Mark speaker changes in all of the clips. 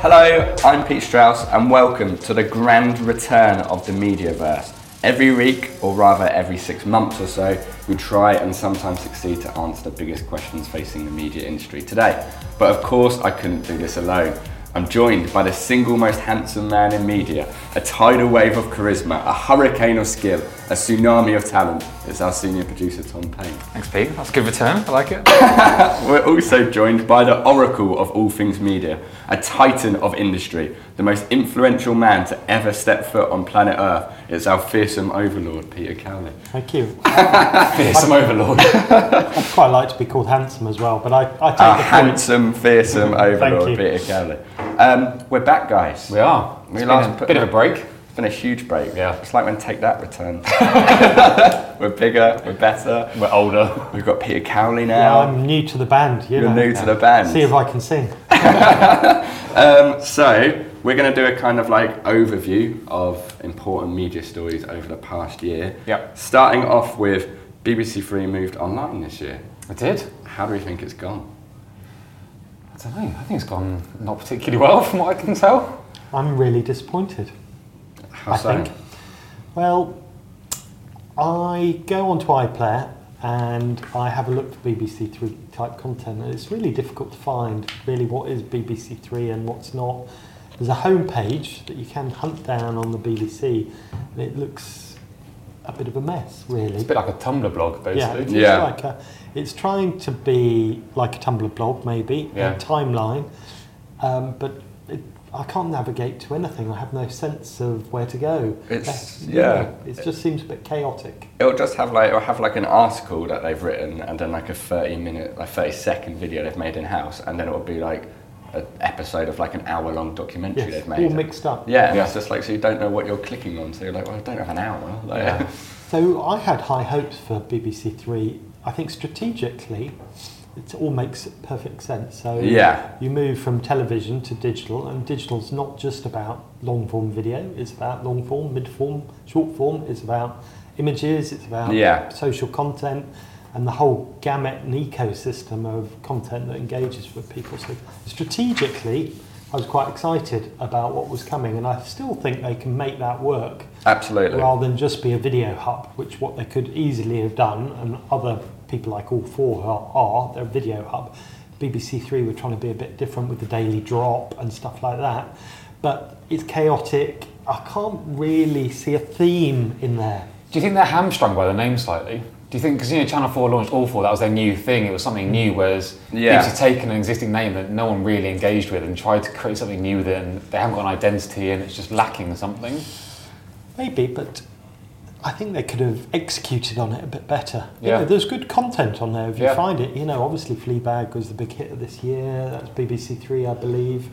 Speaker 1: Hello, I'm Pete Strauss, and welcome to the grand return of the Mediaverse. Every week, or rather every six months or so, we try and sometimes succeed to answer the biggest questions facing the media industry today. But of course, I couldn't do this alone. I'm joined by the single most handsome man in media, a tidal wave of charisma, a hurricane of skill, a tsunami of talent. It's our senior producer, Tom Payne.
Speaker 2: Thanks, Pete. That's a good return. I like it.
Speaker 1: We're also joined by the oracle of all things media, a titan of industry, the most influential man to ever step foot on planet Earth. It's our fearsome overlord, Peter Cowley.
Speaker 3: Thank you.
Speaker 1: Fearsome overlord.
Speaker 3: I'd quite like to be called handsome as well, but I, I take
Speaker 1: our
Speaker 3: the
Speaker 1: handsome, fearsome overlord,
Speaker 3: you.
Speaker 1: Peter Cowley. Um, we're back, guys.
Speaker 2: We are.
Speaker 1: We
Speaker 2: It's
Speaker 1: last
Speaker 2: been a
Speaker 1: put-
Speaker 2: bit of a break.
Speaker 1: It's been a huge break.
Speaker 2: Yeah.
Speaker 1: It's like when Take That returned. we're bigger, we're better.
Speaker 2: We're older.
Speaker 1: We've got Peter Cowley
Speaker 3: point.
Speaker 1: now.
Speaker 3: I'm new to the band. You
Speaker 1: You're
Speaker 3: know.
Speaker 1: new to the band.
Speaker 3: See if I can sing.
Speaker 1: So we're going to do a kind of like overview of important media stories over the past year.
Speaker 2: Yep.
Speaker 1: Starting off with BBC Three moved online this year.
Speaker 2: I did.
Speaker 1: How do we think it's gone?
Speaker 2: I don't know. I think it's gone not particularly well, from what I can tell.
Speaker 3: I'm really disappointed.
Speaker 1: How
Speaker 3: I
Speaker 1: so?
Speaker 3: think. Well, I go onto iPlayer and I have a look for BBC Three type content, and it's really difficult to find really what is BBC Three and what's not. There's a homepage that you can hunt down on the BBC, and it looks a bit of a mess, really.
Speaker 2: It's a bit like a Tumblr blog,
Speaker 3: Yeah, it's
Speaker 2: basically.
Speaker 1: Yeah.
Speaker 3: like a, it's trying to be like a Tumblr blog, maybe,
Speaker 2: Yeah.
Speaker 3: a timeline, um, but it, I can't navigate to anything. I have no sense of where to go.
Speaker 1: It's-
Speaker 3: Uh,
Speaker 1: yeah.
Speaker 3: it just seems a bit chaotic.
Speaker 1: It'll just have like it'll have like an article that they've written and then like a thirty minute, like thirty second video they've made in house, and then it'll be like an episode of like an hour long documentary
Speaker 3: Yes,
Speaker 1: they've made.
Speaker 3: all mixed up.
Speaker 1: Yeah, and
Speaker 2: Yeah.
Speaker 1: it's just like so you don't know what you're clicking on. So you're like, well, I don't have an hour. Like,
Speaker 2: Yeah.
Speaker 3: So I had high hopes for BBC Three. I think strategically, it all makes perfect sense. So
Speaker 1: Yeah.
Speaker 3: you move from television to digital, and digital's not just about long form video. It's about long form, mid form, short form. It's about images. It's about
Speaker 1: Yeah.
Speaker 3: social content, and the whole gamut and ecosystem of content that engages with people. So strategically. I was quite excited about what was coming, and I still think they can make that work
Speaker 1: Absolutely.
Speaker 3: rather than just be a video hub, which what they could easily have done, and other people like all four are, are they're a video hub. BBC Three were trying to be a bit different with the daily drop and stuff like that, but it's chaotic. I can't really see a theme in there.
Speaker 2: Do you think they're hamstrung by the name slightly? Do you think because you know Channel Four launched All Four, that was their new thing. It was something new, whereas
Speaker 1: Yeah.
Speaker 2: BBC taken an existing name that no one really engaged with and tried to create something new with it, and they haven't got an identity, and it's just lacking something.
Speaker 3: Maybe, but I think they could have executed on it a bit better. You
Speaker 2: Yeah.
Speaker 3: know, there's good content on there if you
Speaker 2: Yeah.
Speaker 3: find it. You know, obviously Fleabag was the big hit of this year. That's BBC Three, I believe.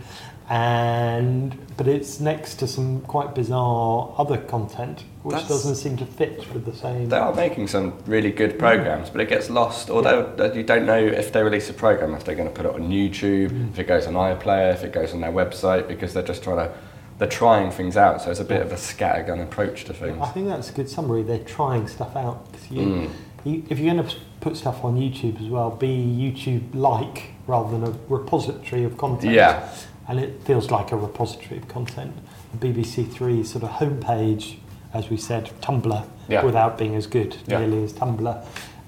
Speaker 3: and but it's next to some quite bizarre other content which
Speaker 1: That's-
Speaker 3: doesn't seem to fit with the same.
Speaker 1: They are making some really good programs, but it gets lost. Or they- you don't know if they release a program, if they're going to put it on YouTube, if it goes on iPlayer, if it goes on their website, because they're just trying to, they're trying things out. So it's a bit of a scattergun approach to things.
Speaker 3: I think that's a good summary. They're trying stuff out. 'Cause You, you, if you're going to put stuff on YouTube as well, be YouTube-like rather than a repository of content.
Speaker 1: Yeah.
Speaker 3: And it feels like a repository of content. The BBC Three sort of homepage, as we said, Tumblr,
Speaker 2: Yeah.
Speaker 3: without being as good
Speaker 2: Yeah.
Speaker 3: nearly as Tumblr.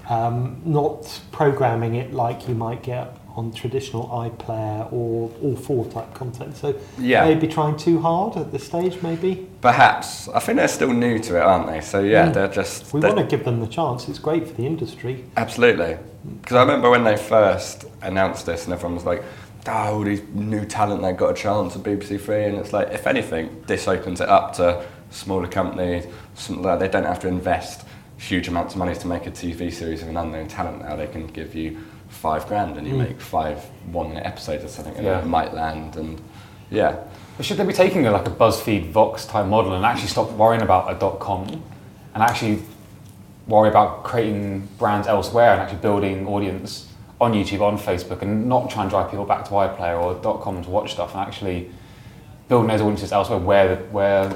Speaker 3: Um, not programming it like you might get on traditional iPlayer or all four type content. So
Speaker 1: Yeah.
Speaker 3: maybe trying too hard at this stage, maybe.
Speaker 1: Perhaps I think they're still new to it, aren't they? So yeah, they're just
Speaker 3: We
Speaker 1: they're-
Speaker 3: want to give them the chance. It's great for the industry.
Speaker 1: Absolutely. Because I remember when they first announced this, and everyone was like, oh, all these new talent, they've got a chance at BBC Three. And it's like, if anything, this opens it up to smaller companies. Some, like, they don't have to invest huge amounts of money to make a TV series of an unknown talent now. They can give you five grand and you make five one minute episodes or something, and
Speaker 2: Yeah.
Speaker 1: it might land. And yeah.
Speaker 2: But should they be taking a, like a BuzzFeed Vox type model and actually stop worrying about a dot com and actually worry about creating brands elsewhere and actually building audience on YouTube, on Facebook, and not try and drive people back to iPlayer or dot com to watch stuff and actually building those audiences elsewhere where the, where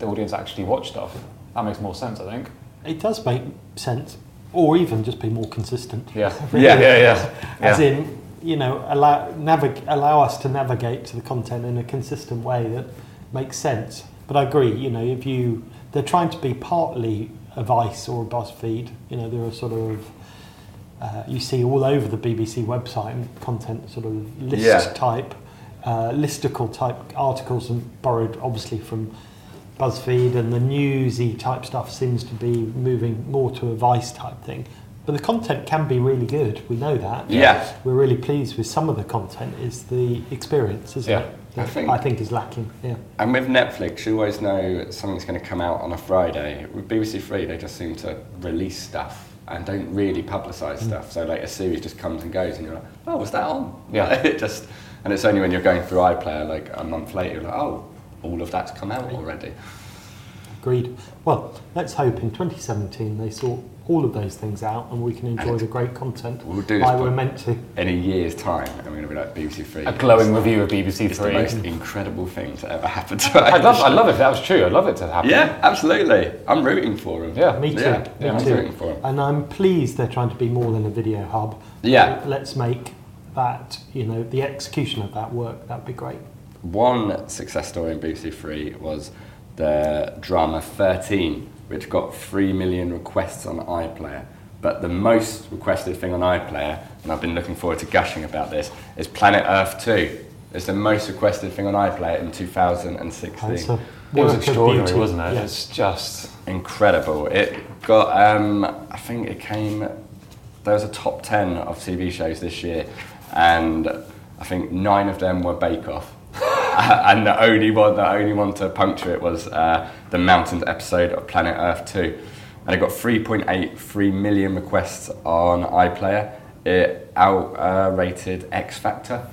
Speaker 2: the audience actually watch stuff. That makes more sense, I think.
Speaker 3: It does make sense, or even just be more consistent.
Speaker 2: Yeah.
Speaker 3: Really.
Speaker 1: Yeah,
Speaker 2: yeah, yeah.
Speaker 3: As
Speaker 2: yeah.
Speaker 3: in, you know, allow navig- allow us to navigate to the content in a consistent way that makes sense. But I agree. You know, if you they're trying to be partly a Vice or a BuzzFeed. You know, there are sort of uh, you see all over the BBC website and content sort of list
Speaker 1: Yeah.
Speaker 3: type, uh, listicle type articles and borrowed obviously from BuzzFeed and the newsy type stuff seems to be moving more to a Vice type thing. But the content can be really good. We know that.
Speaker 1: Yeah.
Speaker 3: We're really pleased with some of the content. Is the experience, isn't
Speaker 2: Yeah.
Speaker 3: it?
Speaker 1: I
Speaker 3: That
Speaker 1: think-
Speaker 3: I think is lacking. Yeah.
Speaker 1: And with Netflix, you always know something's going to come out on a Friday. With BBC Three, they just seem to release stuff and don't really publicise
Speaker 2: Mm.
Speaker 1: stuff. So like a series just comes and goes, and you're like, oh, was that on?
Speaker 2: Yeah.
Speaker 1: it just. And it's only when you're going through iPlayer, like a month later, you're like, oh, all of that's come out already.
Speaker 3: Agreed. Well, let's hope in 2017 they sort all of those things out and we can enjoy the great content
Speaker 1: We'll do this
Speaker 3: like we're
Speaker 1: pod-
Speaker 3: meant to.
Speaker 1: In a year's time, I'm going to be like BBC Three.
Speaker 2: A glowing review of BBC
Speaker 1: It's the
Speaker 2: Three.
Speaker 1: most incredible thing that ever happened to
Speaker 2: I'd love, I'd love it if that was true. I'd love it to happen.
Speaker 1: Yeah, absolutely. I'm rooting for them.
Speaker 2: Yeah.
Speaker 3: Me too.
Speaker 1: Yeah,
Speaker 3: me
Speaker 1: yeah, I'm
Speaker 3: too.
Speaker 1: rooting for 'em.
Speaker 3: And I'm pleased they're trying to be more than a video hub.
Speaker 1: Yeah.
Speaker 3: Let's make that, you know, the execution of that work. That'd be great.
Speaker 1: One success story in BBC Three was the drama 13, which got 3 million requests on iPlayer. But the most requested thing on iPlayer, and I've been looking forward to gushing about this, is Planet Earth 2. It's the most requested thing on iPlayer in 2016.
Speaker 3: And so
Speaker 2: It was
Speaker 3: work of
Speaker 2: extraordinary,
Speaker 3: beauty.
Speaker 2: wasn't it?
Speaker 3: Yeah.
Speaker 2: It's just.
Speaker 1: Incredible. It got, um, I think it came, there was a top 10 of TV shows this year, and I think nine of them were Bake Off. and the only one, the only one to puncture it was uh, the Mountains episode of Planet Earth 2. And it got 3.83 million requests on iPlayer. It outrated X Factor.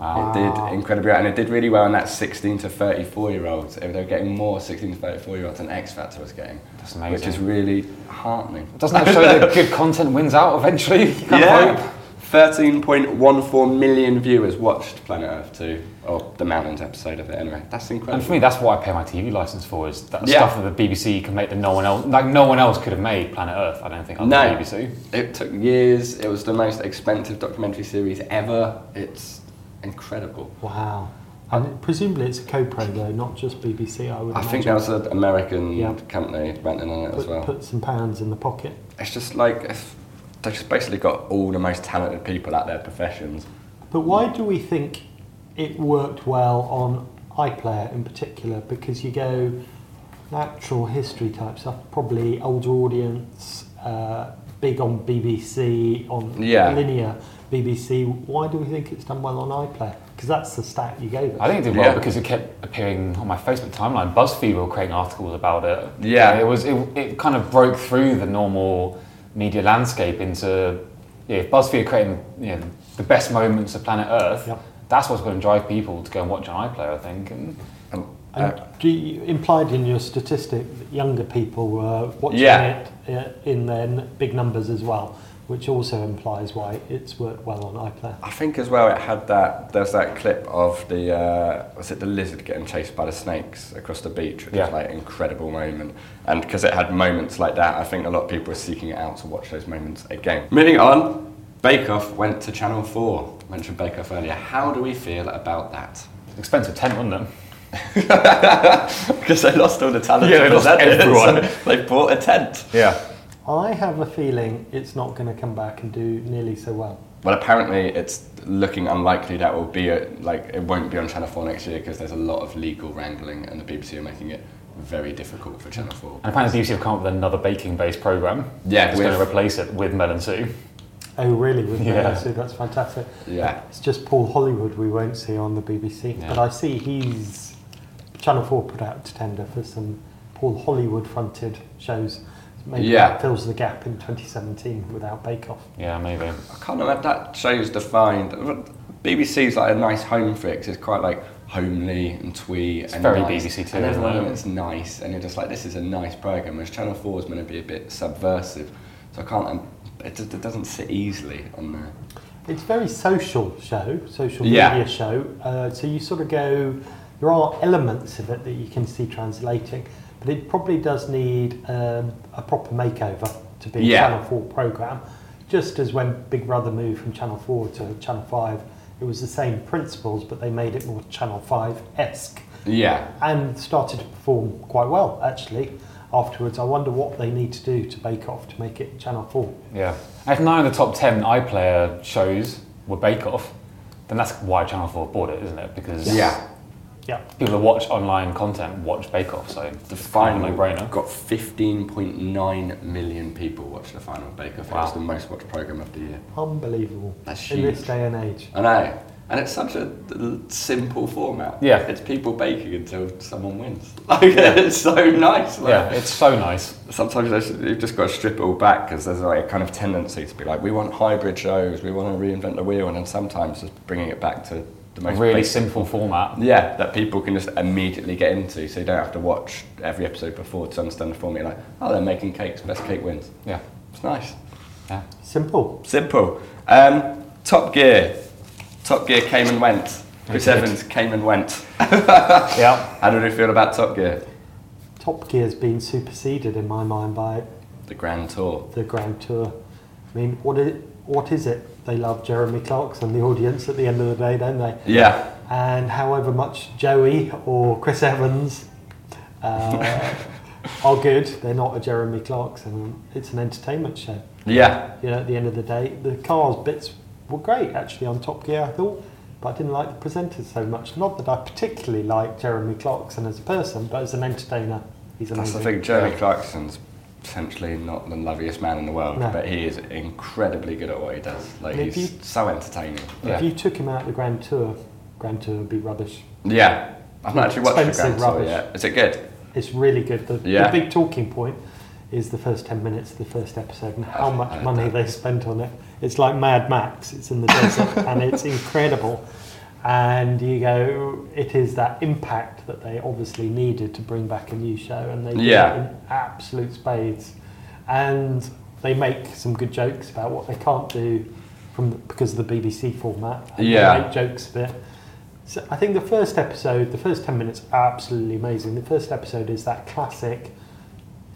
Speaker 2: Ah.
Speaker 1: It did incredibly well, and it did really well in that 16 to 34 year olds. They were getting more 16 to 34 year olds than X Factor was getting.
Speaker 2: That's amazing.
Speaker 1: Which is really heartening.
Speaker 2: Doesn't that show that good content wins out eventually? You can't hope.
Speaker 1: 13.14 million viewers watched Planet Earth 2, or the Mountains episode of it anyway. That's
Speaker 2: And for
Speaker 1: incredible.
Speaker 2: me, that's what I pay my TV license for is that
Speaker 1: Yeah.
Speaker 2: stuff that the BBC can make that no one else, like no one else could have made Planet Earth. I don't think on
Speaker 1: No,
Speaker 2: the BBC.
Speaker 1: it took years. It was the most expensive documentary series ever. It's incredible.
Speaker 3: Wow. And presumably it's a co-pro though, not just BBC. I would.
Speaker 1: I
Speaker 3: imagine.
Speaker 1: think there was an American
Speaker 3: Yeah.
Speaker 1: company renting on it as
Speaker 3: put,
Speaker 1: well.
Speaker 3: put some pounds in the pocket.
Speaker 1: It's just like it's, they've just basically got all the most talented people at their professions.
Speaker 3: But why do we think it worked well on iPlayer in particular? Because you go natural history type stuff, probably older audience, uh, big on BBC, on
Speaker 1: Yeah.
Speaker 3: linear BBC. Why do we think it's done well on iPlayer? Because that's the stat you gave us.
Speaker 2: I think it did well
Speaker 1: Yeah.
Speaker 2: because it kept appearing on my Facebook timeline. BuzzFeed were creating articles about it.
Speaker 1: Yeah.
Speaker 2: it was it, it kind of broke through the normal media landscape into yeah, if BuzzFeed are creating you know, the best moments of Planet Earth.
Speaker 3: Yep.
Speaker 2: that's what's going to drive people to go and watch on iPlayer, I think. And
Speaker 1: And,
Speaker 3: And
Speaker 1: uh,
Speaker 3: do you implied in your statistic that younger people were watching
Speaker 1: Yeah.
Speaker 3: it uh, in their n- big numbers as well, which also implies why it's worked well on iPlayer.
Speaker 1: I think as well it had that. There's that clip of the uh, was it the lizard getting chased by the snakes across the beach, which
Speaker 2: Yeah.
Speaker 1: is like an incredible moment. And because it had moments like that, I think a lot of people are seeking it out to watch those moments again. Moving on, Bake Off went to Channel Four. Mentioned Bake Off earlier. How do we feel about that?
Speaker 2: it's an expensive tent, wasn't it?
Speaker 1: Because they lost all the talent.
Speaker 2: Yeah, they
Speaker 1: to
Speaker 2: lost
Speaker 1: present it,
Speaker 2: everyone.
Speaker 1: so they bought a tent.
Speaker 2: Yeah.
Speaker 3: I have a feeling it's not going to come back and do nearly so well.
Speaker 1: Well, apparently it's looking unlikely that will be a, like it won't be on Channel Four next year because there's a lot of legal wrangling, and the BBC are making it very difficult for Channel Four.
Speaker 2: And apparently, the BBC have come up with another baking based program.
Speaker 1: Yeah,
Speaker 2: It's
Speaker 1: with-
Speaker 2: going to replace it with Melon Sue.
Speaker 3: Oh, really? With
Speaker 2: Yeah.
Speaker 3: yeah. that's fantastic.
Speaker 1: Yeah.
Speaker 3: It's just Paul Hollywood we won't see on the BBC, but I see he's Channel Four put out to tender for some Paul Hollywood fronted shows. Maybe
Speaker 1: Yeah.
Speaker 3: that fills the gap in 2017 without Bake Off.
Speaker 2: Yeah, maybe.
Speaker 1: I can't remember that show's defined. BBC's like a nice home for it 'cause it's quite like homely and twee and
Speaker 2: very
Speaker 1: nice.
Speaker 2: BBC too,
Speaker 1: and
Speaker 2: isn't
Speaker 1: everyone
Speaker 2: it?
Speaker 1: it's nice and you're just like this is a nice program. Whereas Channel Four is going to be a bit subversive, so I can't. um, It, just, it doesn't sit easily on there.
Speaker 3: It's a very social show, social
Speaker 1: Yeah.
Speaker 3: media show. Uh, so you sort of go, there are elements of it that you can see translating, but it probably does need um, a proper makeover to be
Speaker 1: Yeah.
Speaker 3: a Channel 4 programme. Just as when Big Brother moved from Channel 4 to Channel 5, it was the same principles, but they made it more Channel 5 esque
Speaker 1: Yeah,
Speaker 3: and started to perform quite well, actually. Afterwards, I wonder what they need to do to Bake Off to make it Channel 4.
Speaker 2: Yeah. And if nine of the top 10 iPlayer shows were Bake Off, then that's why Channel 4 bought it, isn't it? Because
Speaker 1: yeah.
Speaker 3: Yeah.
Speaker 2: people that watch online content watch Bake Off, so it's
Speaker 1: The
Speaker 2: kind
Speaker 1: final
Speaker 2: of a no-brainer.
Speaker 1: got 15.9 million people watch the final Baker. Wow. It
Speaker 2: Wow.
Speaker 1: was the most watched program of the year.
Speaker 3: Unbelievable.
Speaker 1: That's
Speaker 3: In this
Speaker 1: huge.
Speaker 3: day and age.
Speaker 1: I know, and it's such a l- simple format.
Speaker 2: Yeah.
Speaker 1: it's people baking until someone wins. Like it's so nice. Like,
Speaker 2: Yeah, it's so nice.
Speaker 1: sometimes there's- you've just got to strip it all back because there's like a kind of tendency to be like, we want hybrid shows, we want to reinvent the wheel, and then sometimes just bringing it back to the
Speaker 2: A
Speaker 1: most
Speaker 2: really
Speaker 1: basic-
Speaker 2: simple format.
Speaker 1: Yeah, that people can just immediately get into, so you don't have to watch every episode before to understand the formula. Like, oh, they're making cakes, best cake wins.
Speaker 2: Yeah.
Speaker 1: It's nice,
Speaker 2: Yeah.
Speaker 3: Simple.
Speaker 1: simple. Um, Top Gear, Top Gear came and went. Chris Evans came and went.
Speaker 2: Yeah.
Speaker 1: How do we feel about Top Gear?
Speaker 3: Top Gear's been superseded in my mind by
Speaker 1: The Grand Tour.
Speaker 3: the Grand Tour. I mean, what is, what is it? They love Jeremy Clarkson, the audience, at the end of the day, don't they?
Speaker 1: Yeah,
Speaker 3: And however much Joey or Chris Evans uh, are good, they're not a Jeremy Clarkson. It's an entertainment show.
Speaker 1: yeah.
Speaker 3: You know, at the end of the day, the cars bits were great actually on Top Gear, I thought, but I didn't like the presenters so much. Not that I particularly like Jeremy Clarkson as a person, but as an entertainer, he's amazing.
Speaker 1: That's the thing, Jeremy Clarkson's essentially not the loveliest man in the world,
Speaker 3: No.
Speaker 1: but he is incredibly good at what he does. Like,
Speaker 3: And if
Speaker 1: he's
Speaker 3: you-
Speaker 1: so entertaining.
Speaker 2: Yeah.
Speaker 3: If you took him out of the Grand Tour, Grand Tour would be rubbish.
Speaker 1: Yeah. I've not actually watched the
Speaker 3: Expensive
Speaker 1: Grand Tour
Speaker 3: rubbish.
Speaker 1: yet. Is it good?
Speaker 3: It's really good. The,
Speaker 1: Yeah.
Speaker 3: the big talking point is the first 10 minutes of the first episode and how
Speaker 1: I've
Speaker 3: much
Speaker 1: heard
Speaker 3: money
Speaker 1: that.
Speaker 3: they spent on it. It's like Mad Max, it's in the desert and it's incredible. And you go, it is that impact that they obviously needed to bring back a new show, and they did it
Speaker 1: Yeah.
Speaker 3: in absolute spades. And they make some good jokes about what they can't do from the, because of the BBC format. And they
Speaker 1: Yeah.
Speaker 3: make jokes of it. So I think the first episode, the first 10 minutes are absolutely amazing. The first episode is that classic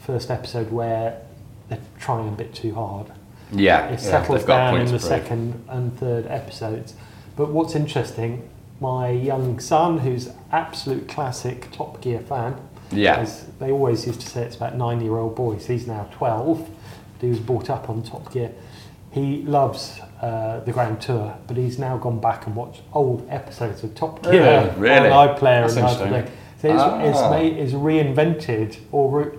Speaker 3: first episode where they're trying a bit too hard.
Speaker 1: Yeah.
Speaker 3: It
Speaker 1: yeah.
Speaker 3: settles down in the second and third episodes. But what's interesting, my young son, who's absolute classic Top Gear fan,
Speaker 1: Yeah.
Speaker 3: as they always used to say, it's about nine-year-old boys. He's now twelve. But he was brought up on Top Gear. He loves uh, the Grand Tour, but he's now gone back and watched old episodes of Top Gear
Speaker 2: Really?
Speaker 1: Really?
Speaker 3: on iPlayer
Speaker 2: That's
Speaker 3: and
Speaker 2: interesting.
Speaker 3: iPlayer. So it's, it's,
Speaker 1: Ah.
Speaker 3: made, it's reinvented or re-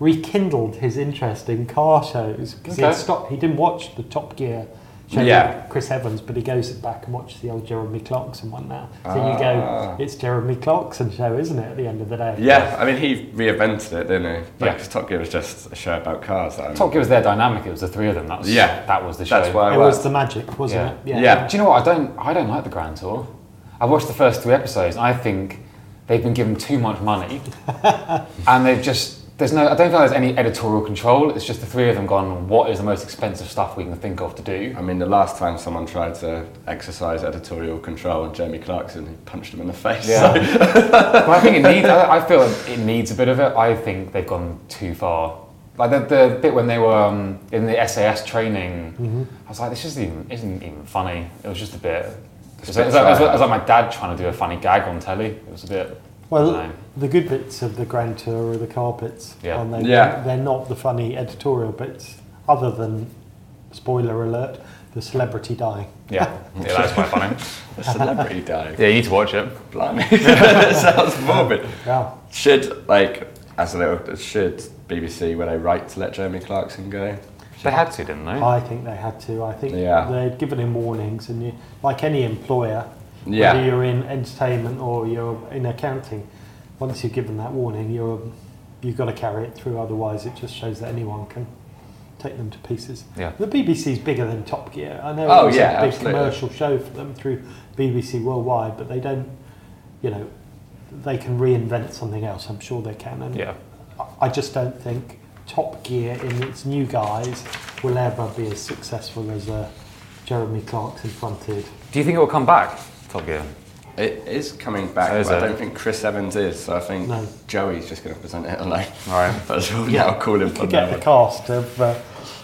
Speaker 3: rekindled his interest in car shows 'Cause
Speaker 2: Okay.
Speaker 3: he'd stopped. He didn't watch the Top Gear show
Speaker 1: Yeah.
Speaker 3: with Chris Evans, but he goes back and watches the old Jeremy Clarkson one now. So you
Speaker 1: Ah.
Speaker 3: go, it's Jeremy Clarkson show, isn't it? At the end of the day,
Speaker 1: Yeah, I mean, he reinvented it, didn't he? Like,
Speaker 2: Yeah.
Speaker 1: 'cause Top Gear was just a show about cars. That I
Speaker 2: Top Gear was their dynamic. It was the three of them. That was,
Speaker 1: Yeah.
Speaker 2: That was the show.
Speaker 1: That's why I
Speaker 3: it was
Speaker 1: worked.
Speaker 3: the magic, wasn't
Speaker 2: Yeah.
Speaker 3: it?
Speaker 1: Yeah.
Speaker 2: Do you know what? I don't. I don't like the Grand Tour. I watched the first three episodes, and I think they've been given too much money, and they've just there's no. I don't feel there's any editorial control. It's just the three of them gone. What is the most expensive stuff we can think of to do?
Speaker 1: I mean, the last time someone tried to exercise editorial control, Jeremy Clarkson he punched him in the face.
Speaker 2: Yeah. But I think it needs. I, I feel it needs a bit of it. I think they've gone too far. Like the, the bit when they were um, in the SAS training, I was like, this isn't even, isn't even funny. It was just a bit. It was, like, it was like- it was like- it was like my dad trying to do a funny gag on telly. It was a bit.
Speaker 3: Well,
Speaker 2: I don't know.
Speaker 3: the good bits of the Grand Tour are the car bits.
Speaker 2: Yeah.
Speaker 3: And they,
Speaker 1: Yeah.
Speaker 3: They're not the funny editorial bits, other than, spoiler alert, the celebrity dying.
Speaker 2: yeah, yeah, that's quite funny.
Speaker 1: A celebrity died.
Speaker 2: Yeah, you need to watch it.
Speaker 1: Blimey. it sounds morbid.
Speaker 3: Yeah.
Speaker 1: Should, like, as a little, should BBC, were they right to let Jeremy Clarkson go?
Speaker 2: They had to, didn't they?
Speaker 3: I think they had to. I think
Speaker 1: Yeah.
Speaker 3: they'd given him warnings, and you, like any employer,
Speaker 1: Yeah.
Speaker 3: whether you're in entertainment or you're in accounting, once you've given that warning, you're you've got to carry it through. Otherwise, it just shows that anyone can take them to pieces.
Speaker 2: Yeah.
Speaker 3: The BBC's bigger than Top Gear. I know
Speaker 1: Oh,
Speaker 3: it was
Speaker 1: yeah,
Speaker 3: a big
Speaker 1: absolutely.
Speaker 3: commercial show for them through BBC Worldwide, but they don't, you know, they can reinvent something else. I'm sure they can. And
Speaker 2: Yeah.
Speaker 3: I- I just don't think Top Gear in its new guise will ever be as successful as uh, Jeremy Clarkson fronted.
Speaker 2: Do you think it will come back, Top Gear?
Speaker 1: It is coming back,
Speaker 2: Oh, is
Speaker 1: but I
Speaker 2: it?
Speaker 1: don't think Chris Evans is, so I think
Speaker 3: No.
Speaker 1: Joey's just going to present it alone.
Speaker 2: All right.
Speaker 1: That's all
Speaker 3: Yeah.
Speaker 1: now calling
Speaker 3: You
Speaker 1: for
Speaker 3: could get the
Speaker 1: now.
Speaker 3: cast of uh,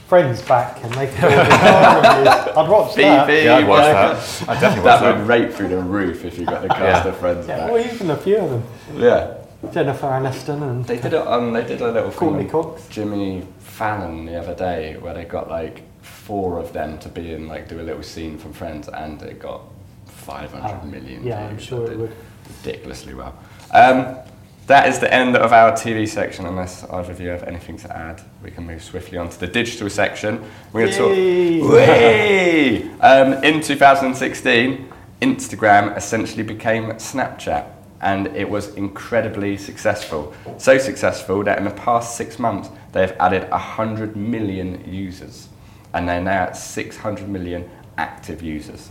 Speaker 3: Friends back and they could all be car reviews. I'd watch that.
Speaker 1: BB,
Speaker 2: Yeah, I'd watch
Speaker 1: welcome.
Speaker 2: that. I'd definitely watch
Speaker 1: That would
Speaker 2: that.
Speaker 1: rate through the roof if you got the cast
Speaker 2: Yeah.
Speaker 1: of friends
Speaker 3: Yeah,
Speaker 1: back.
Speaker 3: well, even a few of them.
Speaker 1: yeah.
Speaker 3: Jennifer Aniston and
Speaker 1: They did it on. They did a little thing
Speaker 3: Courtney
Speaker 1: on
Speaker 3: Cox.
Speaker 1: Jimmy Fallon the other day where they got like four of them to be in like do a little scene from Friends, and it got five
Speaker 3: Oh,
Speaker 1: hundred million.
Speaker 3: yeah, I'm
Speaker 1: views.
Speaker 3: sure
Speaker 1: That
Speaker 3: it
Speaker 1: did
Speaker 3: would.
Speaker 1: Ridiculously well. Um, that is the end of our TV section. Unless either of you have anything to add, we can move swiftly on to the digital section. We're going to talk.
Speaker 3: Yay!
Speaker 1: Whey! Um, in 2016, Instagram essentially became Snapchat, and it was incredibly successful. So successful that in the past six months, they have added 100 million users, and they're now at 600 million active users.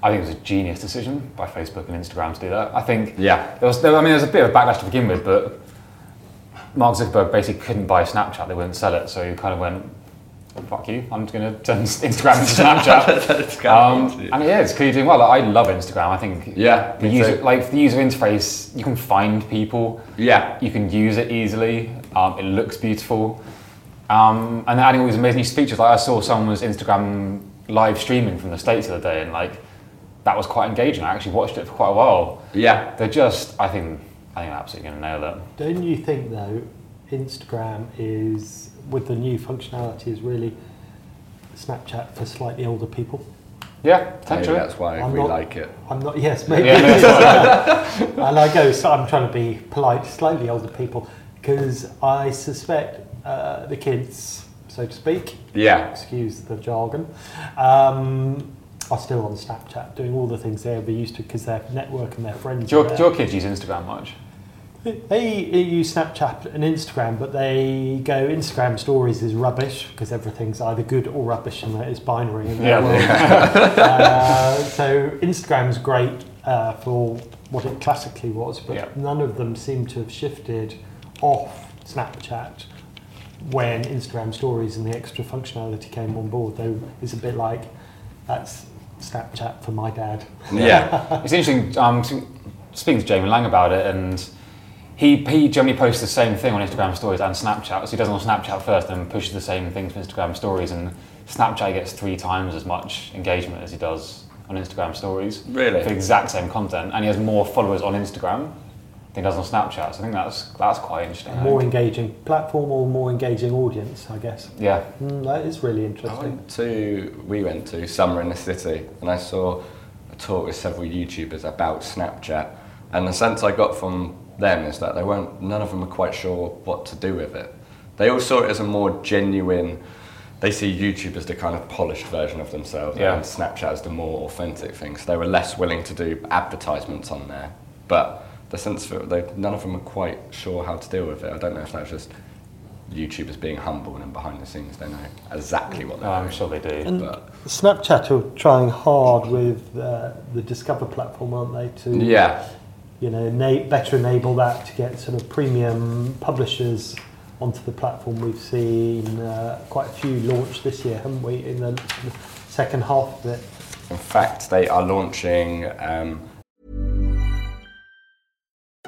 Speaker 2: I think it was a genius decision by Facebook and Instagram to do that. I think
Speaker 1: Yeah.
Speaker 2: There was, there, I mean, there was a bit of backlash to begin with, but Mark Zuckerberg basically couldn't buy Snapchat; they wouldn't sell it, so he kind of went, "Fuck you! I'm just going to turn Instagram into Snapchat."
Speaker 1: That's kind
Speaker 2: Um,
Speaker 1: of-
Speaker 2: and yeah, it's clearly doing well. Like, I love Instagram. I think
Speaker 1: Yeah,
Speaker 2: the
Speaker 1: me
Speaker 2: user,
Speaker 1: too.
Speaker 2: like the user interface, you can find people.
Speaker 1: Yeah.
Speaker 2: you can use it easily. Um, it looks beautiful, um, and they're adding all these amazing new features. Like I saw someone was Instagram live streaming from the states the other day, and like that was quite engaging. I actually watched it for quite a while.
Speaker 1: yeah,
Speaker 2: They're just, I think, I think they're absolutely going to nail it.
Speaker 3: Don't you think though, Instagram is with the new functionality is really Snapchat for slightly older people.
Speaker 2: Yeah,
Speaker 1: maybe
Speaker 2: potentially.
Speaker 1: that's why
Speaker 3: I'm
Speaker 1: we
Speaker 3: not-
Speaker 1: like it.
Speaker 3: I'm not. Yes, maybe. and I go. So I'm trying to be polite, to slightly older people, because I suspect uh, the kids, so to speak,
Speaker 1: Yeah,
Speaker 3: excuse the jargon, um, are still on Snapchat, doing all the things they ever used to because their network and their friends.
Speaker 2: Do your,
Speaker 3: are
Speaker 2: do
Speaker 3: there.
Speaker 2: your kids use Instagram much?
Speaker 3: They use Snapchat and Instagram, but they go Instagram stories is rubbish because everything's either good or rubbish and it's binary. In their
Speaker 2: Yeah.
Speaker 3: world. uh, so Instagram's great uh, for what it classically was, but
Speaker 2: Yeah.
Speaker 3: none of them seem to have shifted off Snapchat when Instagram stories and the extra functionality came on board. Though it's a bit like that's Snapchat for my dad.
Speaker 1: yeah,
Speaker 2: It's interesting. Um, s- speaking to Jamie Lang about it, and he he generally posts the same thing on Instagram stories and Snapchat. So he does it on Snapchat first, and pushes the same things to Instagram stories. And Snapchat gets three times as much engagement as he does on Instagram stories.
Speaker 1: Really?
Speaker 2: For the exact same content, and he has more followers on Instagram than he does on Snapchat. So I think that's that's quite interesting. I
Speaker 3: More
Speaker 2: think.
Speaker 3: engaging platform or more engaging audience, I guess.
Speaker 2: yeah.
Speaker 3: Mm, that is really
Speaker 1: I
Speaker 3: interesting.
Speaker 1: went to we went to summer in the city and I saw a talk with several YouTubers about Snapchat and the sense I got from them is that they weren't none of them were quite sure what to do with it. They all saw it as a more genuine they see YouTube as the kind of polished version of themselves
Speaker 2: Yeah.
Speaker 1: and Snapchat as the more authentic thing. So they were less willing to do advertisements on there. But the sense that they, none of them were quite sure how to deal with it. I don't know if that's just YouTube as being humble and behind the scenes they know exactly what they're
Speaker 2: I'm
Speaker 1: doing.
Speaker 2: um, sure they do.
Speaker 3: And
Speaker 1: But-
Speaker 3: Snapchat are trying hard with uh, the Discover platform, aren't they? To
Speaker 1: Yeah,
Speaker 3: you know, na- better enable that to get sort of premium publishers onto the platform. We've seen uh, quite a few launch this year, haven't we? In the second half of it.
Speaker 1: in fact, they are launching um,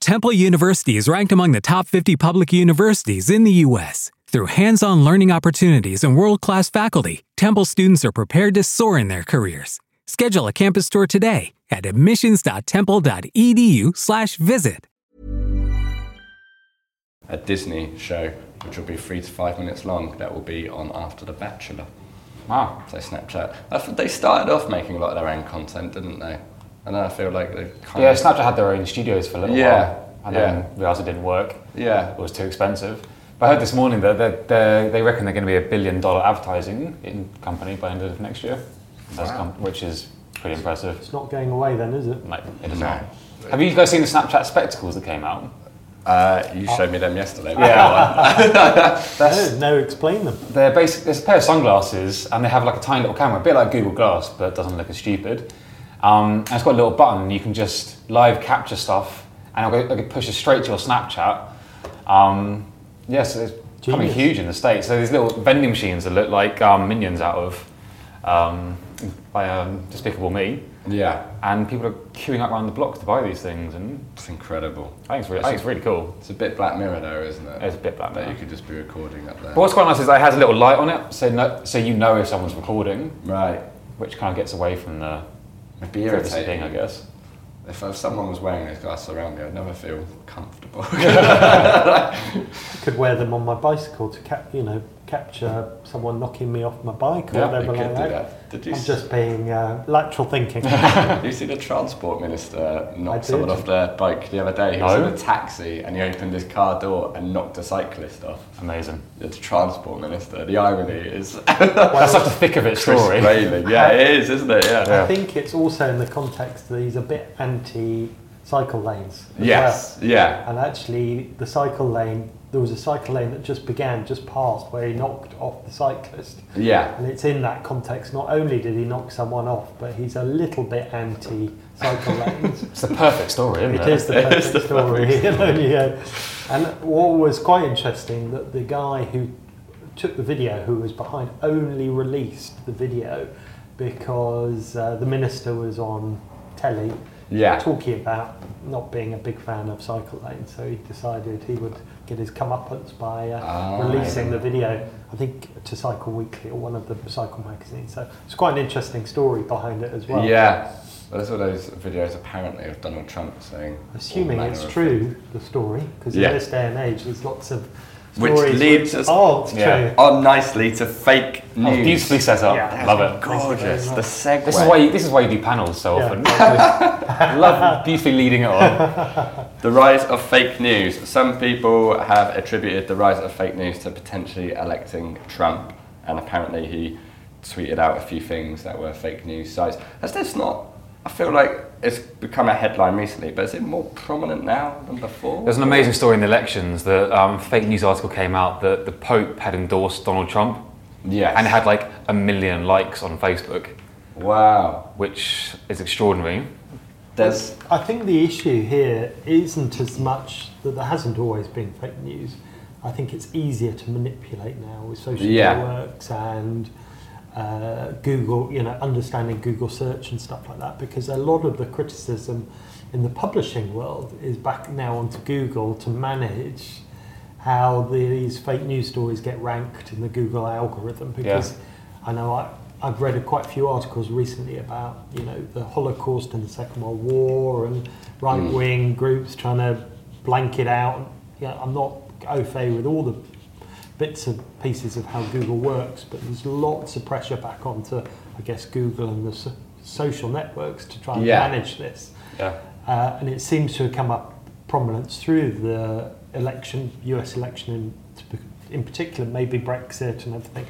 Speaker 4: Temple University is ranked among the top 50 public universities in the U.S. Through hands on learning opportunities and world class faculty, Temple students are prepared to soar in their careers. Schedule a campus tour today at E admissions.temple.edu/slash visit.
Speaker 1: a Disney show, which will be three to five minutes long, that will be on after The Bachelor.
Speaker 2: Wow.
Speaker 1: So Snapchat. I th- they started off making a lot of their own content, didn't they? And then I feel like they kind
Speaker 2: Yeah,
Speaker 1: of
Speaker 2: Snapchat had their own studios for a little
Speaker 1: Yeah,
Speaker 2: while, and
Speaker 1: yeah.
Speaker 2: then realised it didn't work.
Speaker 1: Yeah.
Speaker 2: it was too expensive. But I heard this morning that they're, they're, they reckon they're going to be a billion dollar advertising in company by the end of next year, That's com- which is pretty impressive.
Speaker 3: It's not going away then, is it?
Speaker 2: Like, it is
Speaker 1: No.
Speaker 2: not. Have you guys seen the Snapchat spectacles that came out?
Speaker 1: Uh, you showed me them yesterday.
Speaker 3: No, no, explain them.
Speaker 2: They're basic. There's a pair of sunglasses, and they have like a tiny little camera, a bit like Google Glass, but doesn't look as stupid. Um, and it's got a little button, and you can just live capture stuff, and it'll go, it pushes straight to your Snapchat. Um, yeah, so it's becoming
Speaker 3: Genius.
Speaker 2: huge in the states. So these little vending machines that look like um, minions out of um, by um, Despicable Me,
Speaker 1: yeah,
Speaker 2: and people are queuing up around the block to buy these things, and
Speaker 1: it's incredible.
Speaker 2: I think it's really, I think it's really cool.
Speaker 1: It's a bit Black Mirror though, isn't it?
Speaker 2: It's a bit Black
Speaker 1: That
Speaker 2: Mirror.
Speaker 1: you could just be recording up there.
Speaker 2: But what's quite nice is that it has a little light on it, so no, so you know if someone's recording,
Speaker 1: Right.
Speaker 2: which kind of gets away from the
Speaker 1: It'd be
Speaker 2: privacy thing, I
Speaker 1: irritating.
Speaker 2: guess.
Speaker 1: If, if someone was wearing those glasses around me, I'd never feel comfortable.
Speaker 3: I could wear them on my bicycle to cap, you know, capture someone knocking me off my bike or
Speaker 2: Yeah,
Speaker 3: whatever
Speaker 1: you
Speaker 3: like
Speaker 1: could do
Speaker 3: that.
Speaker 1: that. Did you
Speaker 3: I'm
Speaker 1: s-
Speaker 3: just being uh, lateral thinking.
Speaker 1: You see the transport minister
Speaker 3: I
Speaker 1: knock
Speaker 3: did.
Speaker 1: someone off their bike the other day. He was
Speaker 2: No.
Speaker 1: in a taxi and he opened his car door and knocked a cyclist off.
Speaker 2: Amazing.
Speaker 1: The transport minister. The irony is
Speaker 2: That's such the thick of it
Speaker 1: Chris
Speaker 2: story.
Speaker 1: Grayling. Yeah, it is, isn't it? Yeah.
Speaker 3: I think it's also in the context that he's a bit anti cycle lanes. as well.
Speaker 1: Yes. Yeah.
Speaker 3: And actually, the cycle lane, there was a cycle lane that just began, just passed, where he knocked off the cyclist.
Speaker 1: Yeah.
Speaker 3: And it's in that context, not only did he knock someone off, but he's a little bit anti cycle lanes.
Speaker 2: It's the perfect story, isn't
Speaker 3: It
Speaker 2: it?
Speaker 3: is the perfect
Speaker 1: the
Speaker 3: story.
Speaker 1: perfect
Speaker 3: you know, yeah. And what was quite interesting that the guy who took the video, who was behind, only released the video because uh, the minister was on telly
Speaker 1: Yeah.
Speaker 3: talking about not being a big fan of cycle lane, so he decided he would get his comeuppance by uh,
Speaker 1: Ah,
Speaker 3: releasing the video. I think to Cycle Weekly or one of the cycle magazines. So it's quite an interesting story behind it as well.
Speaker 1: Yeah. Well, there's all those videos apparently of Donald Trump saying. all
Speaker 3: Assuming
Speaker 1: manner
Speaker 3: it's
Speaker 1: of
Speaker 3: true, the story, because
Speaker 1: Yeah.
Speaker 3: in this day and age, there's lots of
Speaker 1: Which
Speaker 3: stories
Speaker 1: leads us-
Speaker 3: aren't
Speaker 2: Yeah.
Speaker 3: true.
Speaker 1: On nicely to fake
Speaker 2: Oh,
Speaker 1: news.
Speaker 2: beautifully set up.
Speaker 3: Yeah.
Speaker 2: Love it.
Speaker 1: Gorgeous. The segue.
Speaker 2: This is why you, this is why you do panels so often. Love beautifully leading it on.
Speaker 1: The rise of fake news. Some people have attributed the rise of fake news to potentially electing Trump, and apparently he tweeted out a few things that were fake news sites. Has this not? I feel like it's become a headline recently, but is it more prominent now than before?
Speaker 2: There's an amazing story in the elections. The um, fake news article came out that the Pope had endorsed Donald Trump
Speaker 1: Yes.
Speaker 2: and it had like a million likes on Facebook,
Speaker 1: Wow.
Speaker 2: which is extraordinary.
Speaker 1: There's.
Speaker 3: I think the issue here isn't as much that there hasn't always been fake news, I think it's easier to manipulate now with social
Speaker 1: Yeah.
Speaker 3: networks and uh, Google, you know, understanding Google search and stuff like that. Because a lot of the criticism in the publishing world is back now onto Google to manage how these fake news stories get ranked in the Google algorithm. Because I know I, I've read a quite a few articles recently about you know the Holocaust and the Second World War and right wing groups trying to blanket out. Yeah, I'm not au fait with all the bits and pieces of how Google works, but there's lots of pressure back onto I guess Google and the so- social networks to try and
Speaker 2: Yeah.
Speaker 3: manage this.
Speaker 2: Yeah.
Speaker 3: Uh, and it seems to have come up prominence through the election, US election in, in particular, maybe Brexit and everything.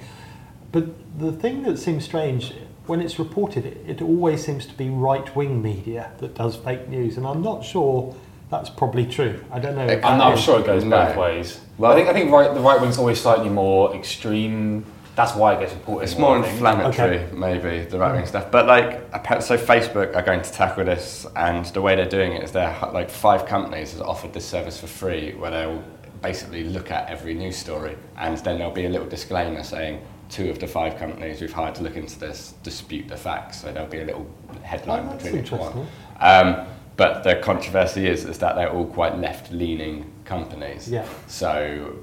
Speaker 3: But the thing that seems strange, when it's reported, it, it always seems to be right wing media that does fake news. And I'm not sure that's probably true. I don't know. if
Speaker 2: I'm,
Speaker 3: that
Speaker 2: I'm
Speaker 3: is.
Speaker 2: sure it goes
Speaker 1: No.
Speaker 2: both ways. I think I think right, the right wing's always slightly more extreme. That's why it gets reported.
Speaker 1: It's more
Speaker 2: I think.
Speaker 1: inflammatory, maybe the right wing stuff. But like, appa- so Facebook are going to tackle this, and the way they're doing it is they're h- like five companies have offered this service for free, where they'll basically look at every news story, and then there'll be a little disclaimer saying two of the five companies we've hired to look into this dispute the facts. So there'll be a little headline
Speaker 3: Oh, that's
Speaker 1: between each one.
Speaker 3: interesting.
Speaker 1: Um, but the controversy is is that they're all quite left leaning companies.
Speaker 3: Yeah.
Speaker 1: So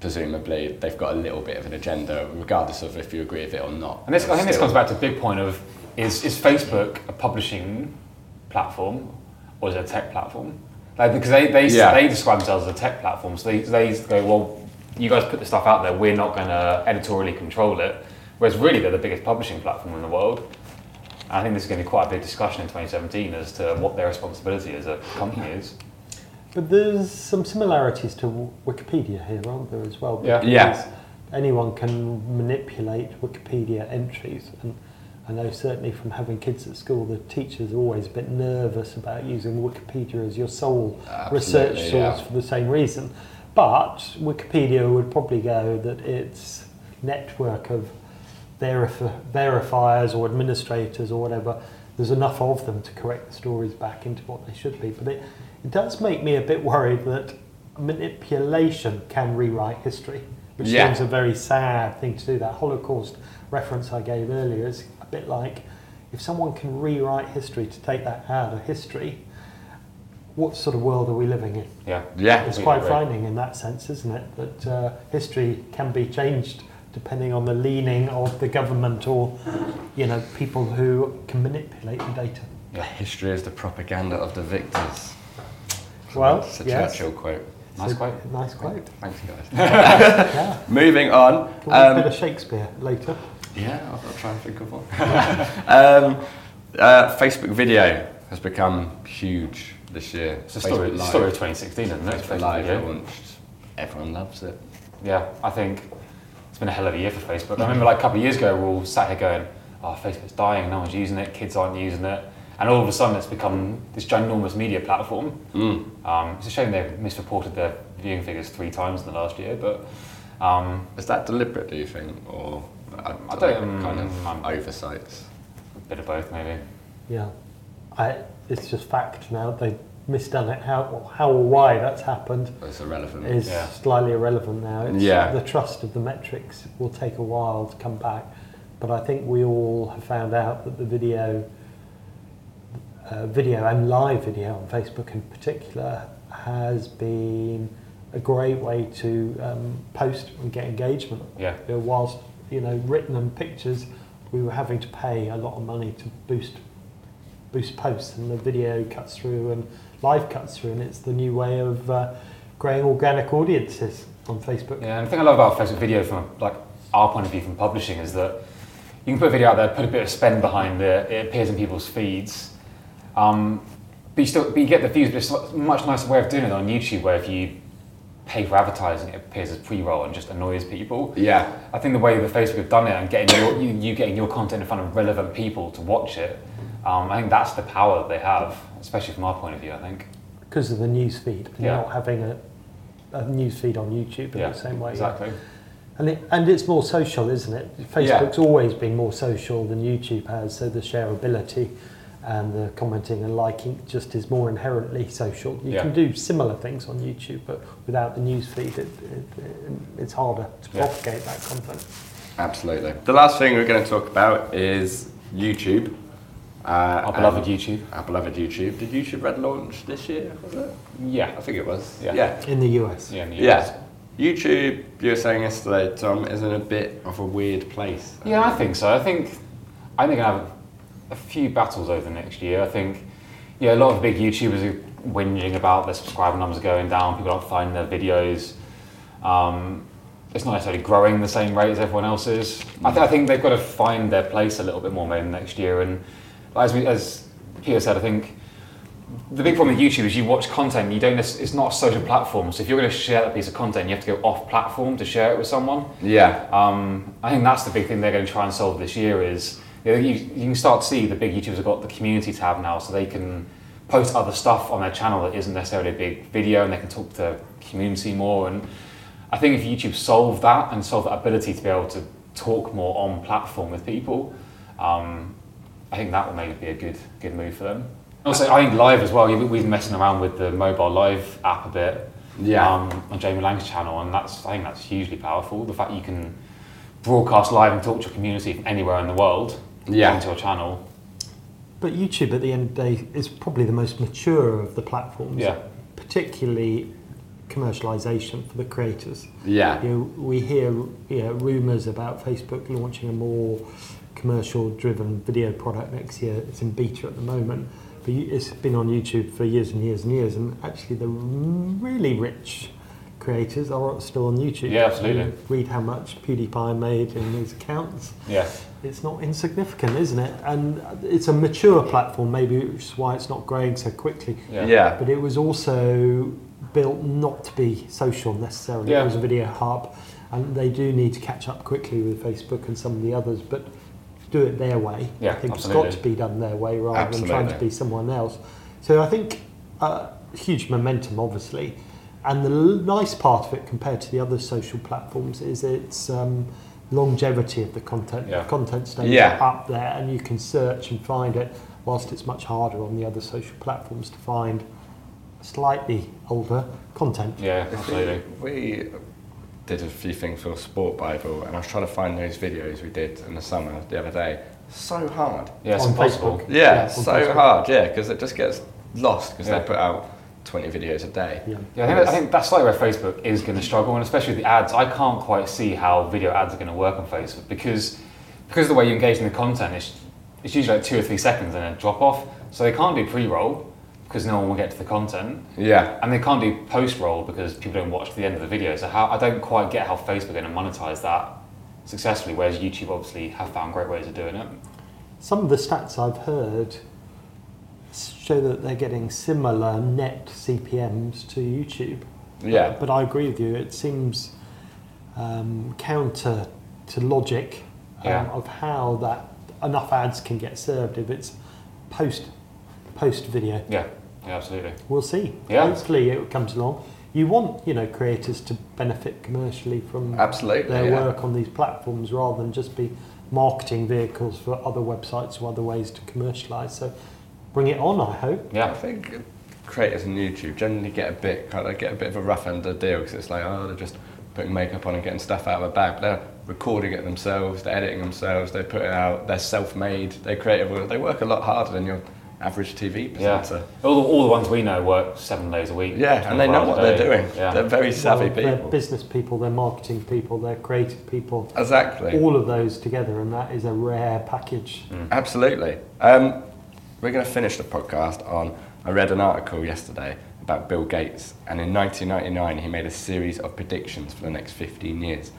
Speaker 1: presumably they've got a little bit of an agenda, regardless of if you agree with it or not.
Speaker 2: And this, I think this
Speaker 1: Still-
Speaker 2: comes back to the big point of is, is Facebook a publishing platform or is it a tech platform? Like, because they, they,
Speaker 1: Yeah.
Speaker 2: they describe themselves as a tech platform. So they, they go, well, you guys put the stuff out there, we're not going to editorially control it. Whereas really they're the biggest publishing platform in the world. And I think this is going to be quite a big discussion in 2017 as to what their responsibility as a company is.
Speaker 3: But there's some similarities to W- Wikipedia here, aren't there, as well?
Speaker 2: Yeah.
Speaker 1: Yeah.
Speaker 3: Because Anyone can manipulate Wikipedia entries. And I know certainly from having kids at school, the teacher's are always a bit nervous about using Wikipedia as your sole research source
Speaker 1: Absolutely, yeah.
Speaker 3: for the same reason. But Wikipedia would probably go that its network of verif- verifiers or administrators or whatever, there's enough of them to correct the stories back into what they should be. But it, it does make me a bit worried that manipulation can rewrite history, which
Speaker 1: Yeah.
Speaker 3: seems a very sad thing to do. That Holocaust reference I gave earlier is a bit like if someone can rewrite history to take that out of history, what sort of world are we living in?
Speaker 2: Yeah.
Speaker 1: Yeah.
Speaker 3: It's
Speaker 2: Completely
Speaker 3: quite
Speaker 2: agree.
Speaker 3: frightening in that sense, isn't it? That uh, history can be changed depending on the leaning of the government or, you know, people who can manipulate the data.
Speaker 1: The history is the propaganda of the victors.
Speaker 3: Well,
Speaker 1: it's a
Speaker 3: yes.
Speaker 1: Churchill quote.
Speaker 2: Nice quote.
Speaker 3: Nice quote.
Speaker 1: Thanks, guys. Moving on.
Speaker 3: Can we have a
Speaker 1: Um,
Speaker 3: bit of Shakespeare later?
Speaker 1: yeah, I'll, I'll try and think of one. um, uh, Facebook video has become huge this year.
Speaker 2: It's a story,
Speaker 1: Facebook
Speaker 2: it's a
Speaker 1: Live.
Speaker 2: story of 2016, isn't it?
Speaker 1: Facebook
Speaker 2: Facebook
Speaker 1: Live
Speaker 2: video.
Speaker 1: launched. Everyone loves it.
Speaker 2: Yeah, I think it's been a hell of a year for Facebook. I remember like a couple of years ago, we all sat here going, oh, Facebook's dying, no one's using it, kids aren't using it. And all of a sudden, it's become this ginormous media platform. Um, it's a shame they've misreported their viewing figures three times in the last year, but um,
Speaker 1: Is that deliberate, do you think? Or I,
Speaker 2: I don't-
Speaker 1: kind of
Speaker 2: mm,
Speaker 1: oversights?
Speaker 2: a bit of both, maybe.
Speaker 3: Yeah. I, it's just fact now. They've misdone it. How, how or why that's happened
Speaker 1: It's irrelevant.
Speaker 3: is
Speaker 2: Yeah.
Speaker 3: slightly irrelevant now. It's
Speaker 1: Yeah.
Speaker 3: The trust of the metrics will take a while to come back, but I think we all have found out that the video, uh, video and live video on Facebook in particular, has been a great way to um, post and get engagement.
Speaker 2: Yeah.
Speaker 3: You know, whilst you know written and pictures, we were having to pay a lot of money to boost boost posts and the video cuts through and live cuts through and it's the new way of uh, growing organic audiences on Facebook.
Speaker 2: Yeah, and the thing I love about Facebook video from like our point of view from publishing is that you can put a video out there, put a bit of spend behind it, it appears in people's feeds. Um, but you still but you get the views, but it's a much nicer way of doing it on YouTube where if you pay for advertising, it appears as pre-roll and just annoys people.
Speaker 1: Yeah.
Speaker 2: I think the way that Facebook have done it and getting your, you, you getting your content in front of relevant people to watch it, um, I think that's the power that they have, especially from our point of view, I think.
Speaker 3: Because of the news feed and
Speaker 2: Yeah.
Speaker 3: not having a, a news feed on YouTube in the same way.
Speaker 2: Exactly.
Speaker 3: And, it, and it's more social, isn't it? Facebook's always been more social than YouTube has, so the shareability and the commenting and liking just is more inherently social. You
Speaker 2: Yeah.
Speaker 3: can do similar things on YouTube, but without the news feed, it, it, it, it's harder to
Speaker 2: Yeah.
Speaker 3: propagate that content.
Speaker 1: Absolutely. The last thing we're going to talk about is YouTube. Uh,
Speaker 2: Our beloved YouTube.
Speaker 1: Our beloved YouTube. Did YouTube Red launch this year? Was it?
Speaker 2: Yeah.
Speaker 1: I think it was.
Speaker 2: Yeah.
Speaker 1: Yeah.
Speaker 3: In the US.
Speaker 2: Yeah, in the US.
Speaker 1: Yeah. YouTube, you were saying yesterday, Tom, is in a bit of a weird place.
Speaker 2: Yeah, I think so. I think I think I have a few battles over the next year. I think yeah, a lot of big YouTubers are whinging about their subscriber numbers going down. People aren't finding their videos. Um, it's not necessarily growing the same rate as everyone else's. I, th- I think they've got to find their place a little bit more maybe next year. And as we, as Peter said, I think the big problem with YouTube is you watch content. You don't. nec- It's not a social platform. So if you're going to share that piece of content, you have to go off platform to share it with someone.
Speaker 1: Yeah.
Speaker 2: Um, I think that's the big thing they're going to try and solve this year is you, know, you, you can start to see the big YouTubers have got the community tab now, so they can post other stuff on their channel that isn't necessarily a big video, and they can talk to the community more. And I think if YouTube solved that and solved that ability to be able to talk more on platform with people, um, I think that will maybe be a good good move for them. Also, I think live as well. you- We've been messing around with the mobile live app a bit.
Speaker 1: Yeah.
Speaker 2: Um, on Jamie Lang's channel, and that's I think that's hugely powerful. The fact you can broadcast live and talk to your community from anywhere in the world
Speaker 1: Yeah.
Speaker 2: onto your channel.
Speaker 3: But YouTube, at the end of the day, is probably the most mature of the platforms,
Speaker 2: Yeah.
Speaker 3: particularly commercialization for the creators.
Speaker 1: Yeah.
Speaker 3: You know, we hear you know, rumors about Facebook launching a more commercial driven video product next year. It's in beta at the moment. But you- it's been on YouTube for years and years and years, and actually, the really rich creators are still on YouTube.
Speaker 2: Yeah, absolutely.
Speaker 3: You read how much PewDiePie made in his accounts
Speaker 2: Yeah.
Speaker 3: it's not insignificant, isn't it? And it's a mature platform, maybe, which is why it's not growing so quickly.
Speaker 2: Yeah.
Speaker 1: Yeah.
Speaker 3: But it was also built not to be social necessarily.
Speaker 2: Yeah.
Speaker 3: It was a video hub, and they do need to catch up quickly with Facebook and some of the others, but do it their way.
Speaker 2: Yeah,
Speaker 3: I think
Speaker 2: absolutely.
Speaker 3: it's got to be done their way rather than trying to
Speaker 1: Absolutely.
Speaker 3: be someone else. So I think uh, huge momentum, obviously. And the l- nice part of it compared to the other social platforms is its um, longevity of the content.
Speaker 2: Yeah.
Speaker 3: The content stays
Speaker 1: Yeah.
Speaker 3: up there and you can search and find it, whilst it's much harder on the other social platforms to find slightly older content.
Speaker 2: Yeah, absolutely.
Speaker 1: We did a few things for the Sport Bible, and I was trying to find those videos we did in the summer the other day. So hard.
Speaker 2: Yeah, it's
Speaker 3: On
Speaker 2: impossible.
Speaker 3: Facebook.
Speaker 1: Yeah,
Speaker 3: Yeah,
Speaker 1: so
Speaker 3: on Facebook.
Speaker 1: hard. Yeah, because it just gets lost because
Speaker 2: Yeah.
Speaker 1: they put out 20 videos a day.
Speaker 3: Yeah.
Speaker 2: Yeah, I think, that- I think that's slightly where Facebook is going to struggle, and especially with the ads. I can't quite see how video ads are going to work on Facebook because because of the way you engage in the content, it's, it's usually like two or three seconds and then drop off. So they can't do pre roll because no one will get to the content.
Speaker 1: Yeah.
Speaker 2: And they can't do post roll because people don't watch to the end of the video. So how, I don't quite get how Facebook are going to monetize that successfully, whereas YouTube obviously have found great ways of doing it.
Speaker 3: Some of the stats I've heard show that they're getting similar net CPMs to YouTube.
Speaker 1: Yeah.
Speaker 3: But I agree with you. It seems um, counter to logic um,
Speaker 2: Yeah.
Speaker 3: of how that enough ads can get served if it's post post video.
Speaker 2: Yeah, yeah, absolutely.
Speaker 3: We'll see.
Speaker 2: Yeah.
Speaker 3: Hopefully it comes along. You want you know creators to benefit commercially from
Speaker 1: Absolutely,
Speaker 3: their
Speaker 1: yeah.
Speaker 3: work on these platforms rather than just be marketing vehicles for other websites or other ways to commercialize. So bring it on. I hope.
Speaker 1: I
Speaker 2: Yeah,
Speaker 1: think creators on YouTube generally get a bit kind of get a bit of a rough end of the deal because it's like oh they're just putting makeup on and getting stuff out of a bag. But they're recording it themselves, they're editing themselves, they put it out, they're self-made, they're creative. They work a lot harder than your average TV
Speaker 2: yeah.
Speaker 1: presenter.
Speaker 2: All the, all the ones we know work seven days a week.
Speaker 1: Yeah, and they
Speaker 2: 24
Speaker 1: know
Speaker 2: hours a
Speaker 1: what they're
Speaker 2: day.
Speaker 1: doing.
Speaker 2: Yeah.
Speaker 1: They're very savvy
Speaker 3: Well, They're
Speaker 1: people.
Speaker 3: business people. They're marketing people. They're creative people.
Speaker 1: Exactly.
Speaker 3: all of those together, and that is a rare package.
Speaker 1: Hmm. Mm. Absolutely. Um, we're going to finish the podcast on. I read an article yesterday about Bill Gates, and in 1999 he made a series of predictions for the next 15 years.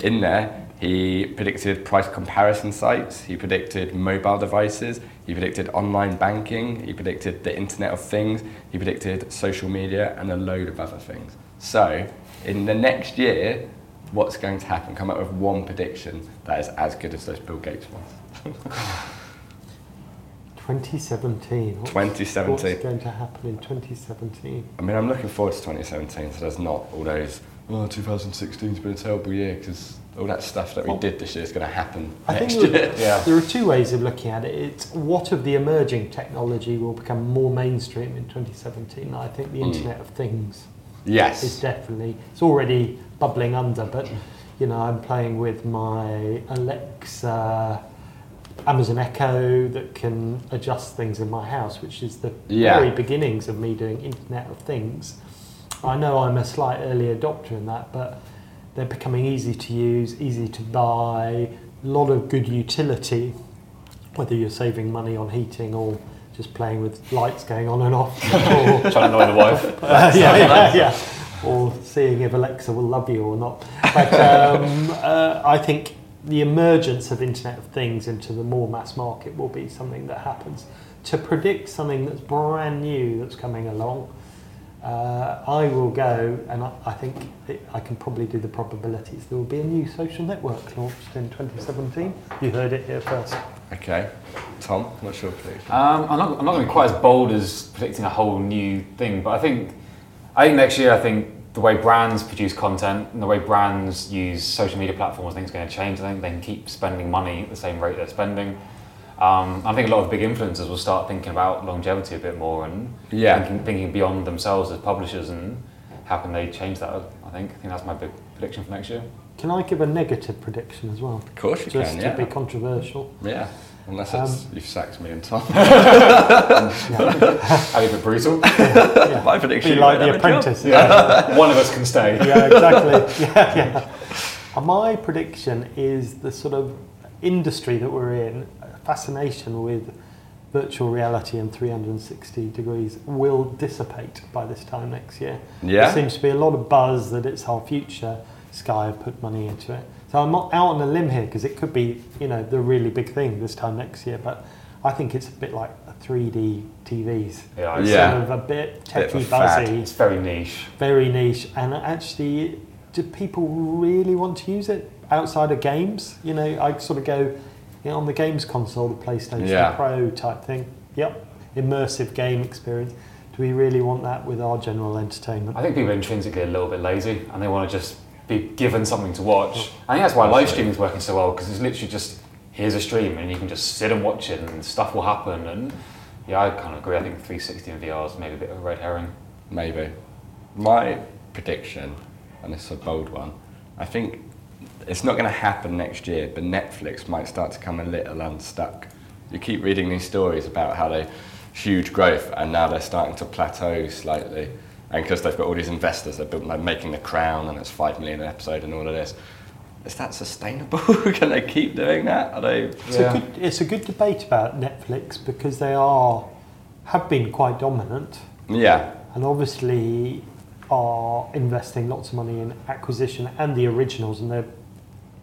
Speaker 1: In there, he predicted price comparison sites, he predicted mobile devices, he predicted online banking, he predicted the Internet of Things, he predicted social media, and a load of other things. So, in the next year, what's going to happen? Come up with one prediction that is as good as those Bill Gates ones.
Speaker 3: 2017. What's,
Speaker 1: 2017.
Speaker 3: What's going to happen in 2017?
Speaker 1: I mean, I'm looking forward to 2017, so there's not all those oh, 2016's been a terrible year because all that stuff that we did this year is going to happen
Speaker 3: Oh. I
Speaker 1: next
Speaker 3: think
Speaker 1: year.
Speaker 3: there, there are two ways of looking at it. It's what of the emerging technology will become more mainstream in 2017. and I think the
Speaker 1: Mm.
Speaker 3: Internet of Things
Speaker 1: Yes.
Speaker 3: is definitely, it's already bubbling under, but you know, I'm playing with my Alexa Amazon Echo that can adjust things in my house, which is the
Speaker 1: Yeah.
Speaker 3: very beginnings of me doing Internet of Things. I know I'm a slight early adopter in that, but they're becoming easy to use, easy to buy, a lot of good utility, whether you're saving money on heating or just playing with lights going on and off. Or,
Speaker 2: Trying to annoy the wife.
Speaker 3: Uh, yeah, yeah, yeah. Or seeing if Alexa will love you or not. But um, uh, I think the emergence of Internet of Things into the more mass market will be something that happens. To predict something that's brand new that's coming along, uh, I will go and I, I think it, I can probably do the probabilities. There will be a new social network launched in 2017. You heard it here first.
Speaker 1: Okay. Tom, what's your prediction?
Speaker 2: Um, I'm not, I'm not going to be quite as bold as predicting a whole new thing, but I think, I think next year, I think the way brands produce content and the way brands use social media platforms, I think it's going to change. I think they can keep spending money at the same rate they're spending. Um, I think a lot of big influencers will start thinking about longevity a bit more and
Speaker 1: Yeah.
Speaker 2: thinking, thinking beyond themselves as publishers and how can they change that. I think I think that's my big prediction for next year.
Speaker 3: Can I give a negative prediction as well? Of
Speaker 1: course you
Speaker 3: Just
Speaker 1: can,
Speaker 3: to
Speaker 1: yeah.
Speaker 3: be Um, controversial.
Speaker 1: Yeah. Unless it's, you've sacked me and Tom.
Speaker 2: Are you a bit brutal?
Speaker 1: My prediction.
Speaker 3: Be
Speaker 1: you won't
Speaker 3: like the
Speaker 1: have a job.
Speaker 3: apprentice.
Speaker 2: Yeah. One of us can stay.
Speaker 3: yeah, exactly. Yeah, yeah. And my prediction is the sort of industry that we're in, a fascination with virtual reality and 360 degrees will dissipate by this time next year.
Speaker 1: Yeah.
Speaker 3: There seems to be a lot of buzz that it's our future. Sky have put money into it. So I'm not out on a limb here because it could be, you know, the really big thing this time next year. But I think it's a bit like 3D TVs.
Speaker 2: Yeah,
Speaker 3: It's
Speaker 1: yeah.
Speaker 3: sort of a bit
Speaker 1: Bit of a
Speaker 3: techie
Speaker 1: fad.
Speaker 3: buzzy
Speaker 2: It's very niche.
Speaker 3: very niche and actually do people really want to use it outside of games you know i sort of go you know, on the games console the playstation
Speaker 1: Yeah.
Speaker 3: pro type thing yep immersive game experience do we really want that with our general entertainment
Speaker 2: I think people are intrinsically a little bit lazy and they want to just be given something to watch. I think that's why live streaming is working so well because it's literally just here's a stream and you can just sit and watch it and stuff will happen. And yeah, I kind of agree. I think 360 and VR is maybe a bit of a red herring.
Speaker 1: Maybe. My prediction, and this is a bold one, I think it's not going to happen next year, but Netflix might start to come a little unstuck. You keep reading these stories about how they huge growth and now they're starting to plateau slightly. And because they've got all these investors, they've been like, making The Crown and it's five million an episode and all of this. Is that sustainable? Can they keep doing that? Are they?
Speaker 3: It's, a good, it's a good debate about netflix because they are have been quite dominant
Speaker 1: Yeah.
Speaker 3: and obviously are investing lots of money in acquisition and the originals, and they've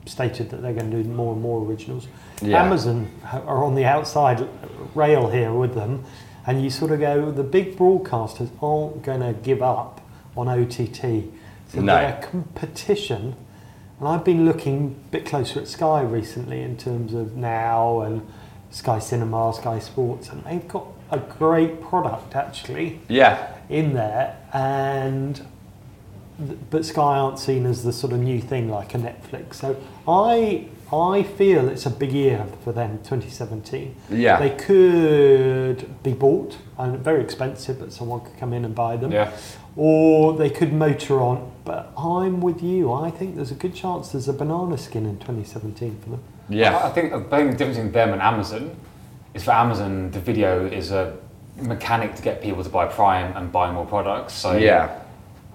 Speaker 3: stated that they're going to do more and more originals.
Speaker 1: Yeah.
Speaker 3: Amazon ha- are on the outside rail here with them, and you sort of go, the big broadcasters aren't going to give up on OTT. So
Speaker 1: No.
Speaker 3: their competition, and I've been looking a bit closer at Sky recently in terms of Now and Sky Cinema, Sky Sports, and they've got a great product actually
Speaker 1: Yeah.
Speaker 3: in there, and but Sky aren't seen as the sort of new thing like a Netflix. So I I feel it's a big year for them, 2017.
Speaker 1: Yeah.
Speaker 3: they could be bought and very expensive, but someone could come in and buy them.
Speaker 2: Yeah.
Speaker 3: Or they could motor on, but I'm with you. I think there's a good chance there's a banana skin in 2017 for them.
Speaker 1: Yeah.
Speaker 2: I I think I think the difference between them and Amazon is for Amazon, the video is a mechanic to get people to buy Prime and buy more products. So
Speaker 1: Yeah.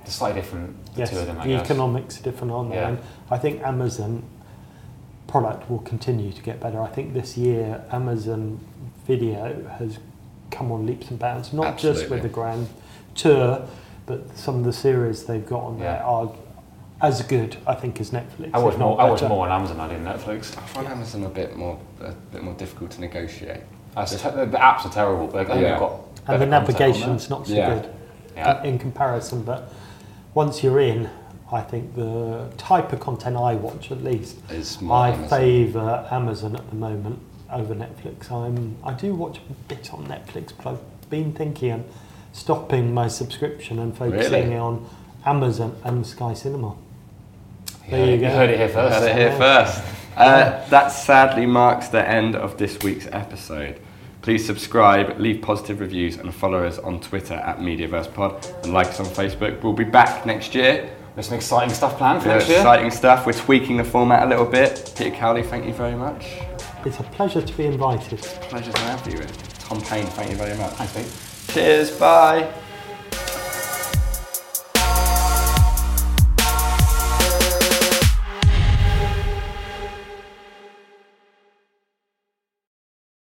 Speaker 2: it's slightly different. The
Speaker 3: Yes,
Speaker 2: two of them. I
Speaker 3: the
Speaker 2: guess.
Speaker 3: economics are different, aren't they?
Speaker 2: Yeah.
Speaker 3: And I think Amazon product will continue to get better. I think this year Amazon Video has come on leaps and bounds, not just
Speaker 1: Absolutely.
Speaker 3: with the Grand Tour, but some of the series they've got on there
Speaker 2: Yeah.
Speaker 3: are as good, I think, as Netflix.
Speaker 2: I
Speaker 3: if
Speaker 2: watch
Speaker 3: not
Speaker 2: more. I watch
Speaker 3: better.
Speaker 2: more on Amazon. than I did Netflix.
Speaker 1: I find Amazon a bit more a bit more difficult to negotiate.
Speaker 2: That's te- the the apps are terrible. But I think
Speaker 1: Yeah.
Speaker 2: they've got better
Speaker 3: and the
Speaker 2: content on there.
Speaker 3: navigation's not so
Speaker 1: Yeah.
Speaker 3: good uh,
Speaker 2: Yeah.
Speaker 3: in comparison. But once you're in, I think the type of content I watch, at least,
Speaker 1: Is more
Speaker 3: I
Speaker 1: Amazon.
Speaker 3: favour Amazon at the moment over Netflix. I'm I do watch a bit on Netflix, but I've been thinking of stopping my subscription and focusing
Speaker 1: Really?
Speaker 3: on Amazon and Sky Cinema.
Speaker 2: Yeah, you heard it here first.
Speaker 1: Heard it here first. Uh, that sadly marks the end of this week's episode. Please subscribe, leave positive reviews, and follow us on Twitter at MediaversePod and like us on Facebook. We'll be back next year.
Speaker 2: There's some exciting stuff planned for
Speaker 1: Yeah,
Speaker 2: next year.
Speaker 1: Exciting stuff. We're tweaking the format a little bit. Peter Cowley, thank you very much.
Speaker 3: It's a pleasure to be invited.
Speaker 1: Pleasure to have you. Tom Payne, thank you very much.
Speaker 2: Thanks, mate.
Speaker 1: Cheers. Bye.